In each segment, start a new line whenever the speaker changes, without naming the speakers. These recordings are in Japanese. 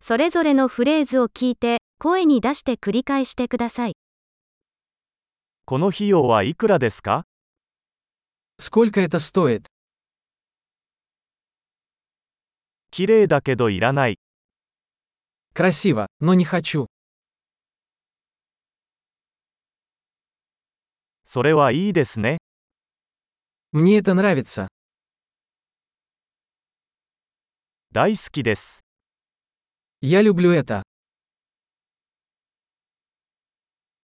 それぞれのフレーズを聞いて、声に出して繰り返してください。
この費用はいくらですか
Сколько это стоит?
綺麗だけどいらない。
Красиво, но не хочу.
それはいいですね。
Мне это нравится.
大好きです。
Я люблю это.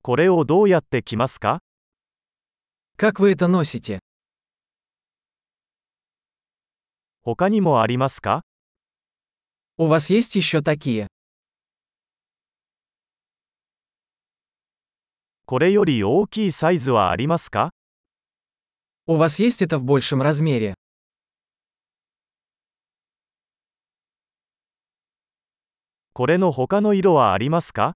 これをどうやって着ますか
Как вы это носите?
他にもありますか
У вас есть еще такие?
これより大きいサイズはありますか
У вас есть это в большем размере?
これの他の色はありますか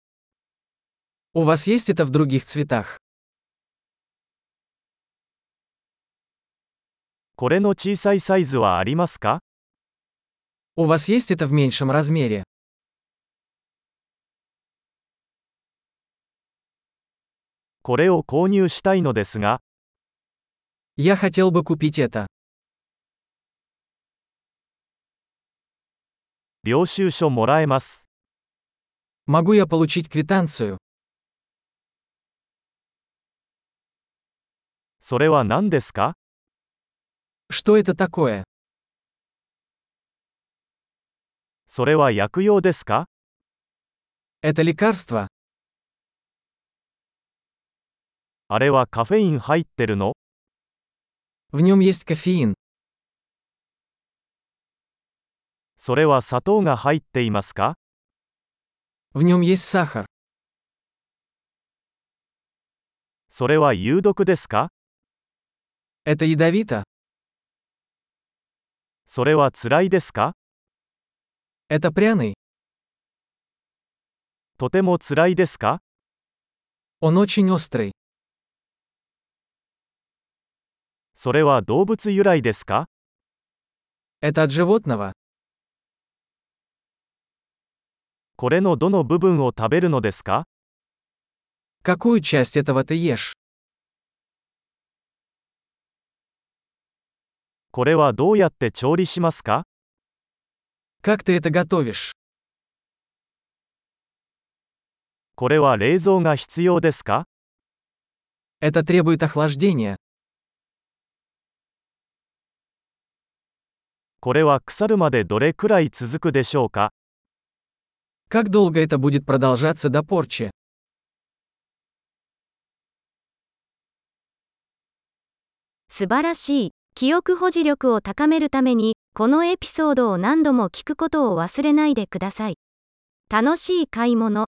У вас есть это в других цветах?
これの小さいサイズはありますか
У вас есть это в меньшем размере?
これを購入したいのですが、
Я хотел бы купить это.
領収書もらえます。
Могу я получить квитанцию?
それは何ですか
Что это такое?
それは薬用ですか
Это лекарство?
あれはカフェイン入ってるの
В нем есть кофеин.
それは砂糖が入っていますか
В нем есть сахар.
それは有毒ですか
Это ядовито?
それは辛いですか
Это пряный?
とても辛いですか
Он очень острый.
それは動物由来ですか
Это от животного?
これのどの部分を食べるのですか
Какую часть этого ты ешь?
これはどうやって調理しますか
Как ты это готовишь?
これは冷蔵が必要ですか
Это требует охлаждения.
これは腐るまでどれくらい続くでしょうか
Как долго это будет продолжаться до порчи?
素晴らしい。記憶保持力を高めるために、このエピソードを何度も聞くことを忘れないでください。楽しい買い物。